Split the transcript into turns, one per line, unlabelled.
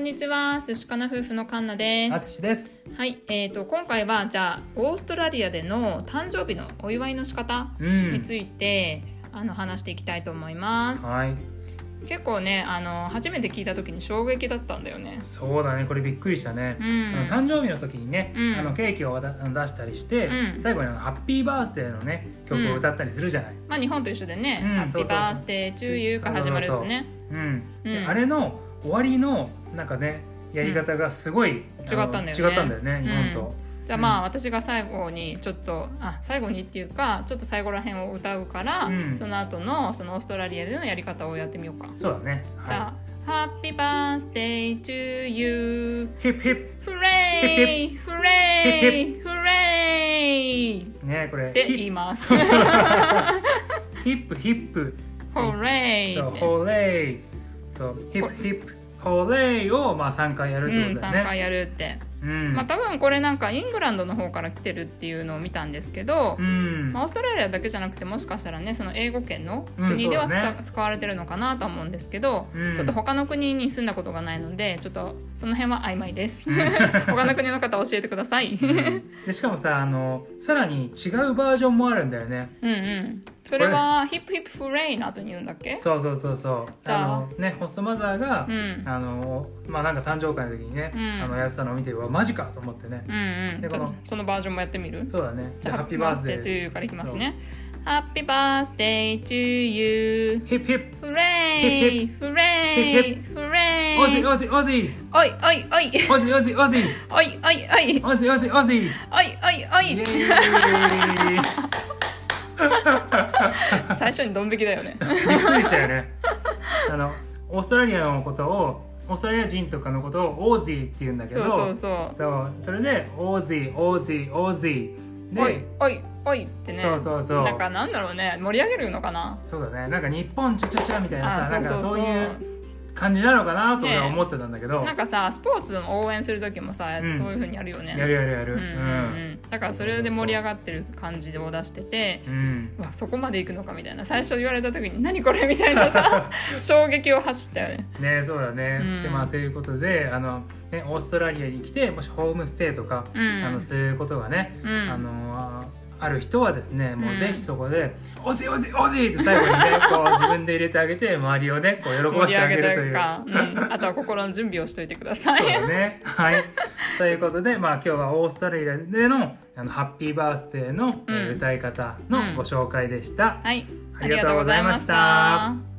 にちは寿司かな夫婦のカンナで
あ
す
つしです。
はいえー、と今回はじゃあオーストラリアでの誕生日のお祝いの仕方
うん
について、あの話していきたいと思います
はい、
結構ねあの初めて聞いた時に衝撃だったんだよね
そうだね、これびっくりしたね
う。
あの
ん
誕生日の時にね、
うん
あのケーキを渡あの出したりして、
うん
最後にあのハッピーバースデーのね曲を歌ったりするじゃない。
まあ日本と一緒でね「
うん
ハッピ
そうそうそう
ーバースデーチューユー」から始まるですね
うん。
うん
であれの終わりのなんかねやり方がすごい、あの
違ったんだよね
違ったんだよね、日本
うん
と。
じゃあまあ私が最後にちょっとあ最後にっていうかちょっと最後ら辺を歌うから、
うん
その後のそのオーストラリアでのやり方をやってみようか
そうだね。
じゃあ、ハッピーバースデー to you!
い。ヒップヒッ
フレイフレイフレイっ
プねこれ。
て
ヒップ
言います。
そうそう
フ
ヒップヒップ。
レイ
そう
って
ホレイとヒップヒップホレイをまあ三回やるっ
う
て
ん、
ことだ
3
よね。
回やるって、
うん。
まあ多分これなんかイングランドの方から来てるっていうのを見たんですけど、
うん
まあ、オーストラリアだけじゃなくてもしかしたらねその英語圏の
うん
国では
そう
使,、
だね
われてるのかなとは思うんですけど、
うん
ちょっと他の国に住んだことがないのでちょっとその辺は曖昧です 他の国の方教えてくださいう
うんんでしかもさあのさらに違うバージョンもあるんだよね
うんそれはヒップヒップフレイの後に言うんだっけ
そうそうそうそう
じゃあ
のねホストマザーが、
うん
あのまあなんか誕生会の時にね、
うん
あのやってたのを見てうわマジかと思ってね
うんうん
で
ちょっ
ことの
そのバージョンもやってみる
そうだねじゃあハッピー
ハ
バースデ
と
ー
いうからいきますねハッピーバースデー to you
ヒップヒップ
フレイフレイ
ヒ
フレイ
オジ
おい
オジオジ
おいおい
オジオジオジ
おいおいおい
オジオジオジ
おいおいお
イエ
い
ーイ
最初にドン引きだよね
びっくりしたよねあのオーストラリアのことをオーストラリア人とかのことをオージーって言うんだけ
そ
ど
うそうそう
そうそれでオージーオージーオージーで
おいおいおいってね
そうそうそう
なんかなんだろうね盛り上げるのかな
そうだねなんか日本ちゃちゃちゃみたいな
あ
さなんかそういう
う
感じなのかなと
ねえ
俺は思ってたんだけど、
なんかさスポーツの応援する時もさ、
うん
そういう風にやるよね
やるやるやる
うんうんうん、だからそれで盛り上がってる感じを出してて
うん、うん
うわそこまで行くのかみたいな最初言われた時に「何これ?」みたいな さ衝撃を走ったよね。
ねえそうだね、
うん
でまあということであの、ね、オーストラリアに来てもしホームステイとか、
うん
あのすることがね
う
あ
ん、
のーある人はですねも
う
うんぜひそこで「おぜおぜおぜ!」って最後にねこう自分で入れてあげて周りをねこう喜ば
盛
し
り
てあ
上
げ
げ
る
た
とい
り
う
と。か、うん、あとは心の準備をしといてください。
そうだね、はい、ということで、まあ、今日はオーストラリアでのあのハッピーバースデーの、えー
うん
歌い方
うん
のご紹介でした。
はい、
ありがとうございました
ありがとうございました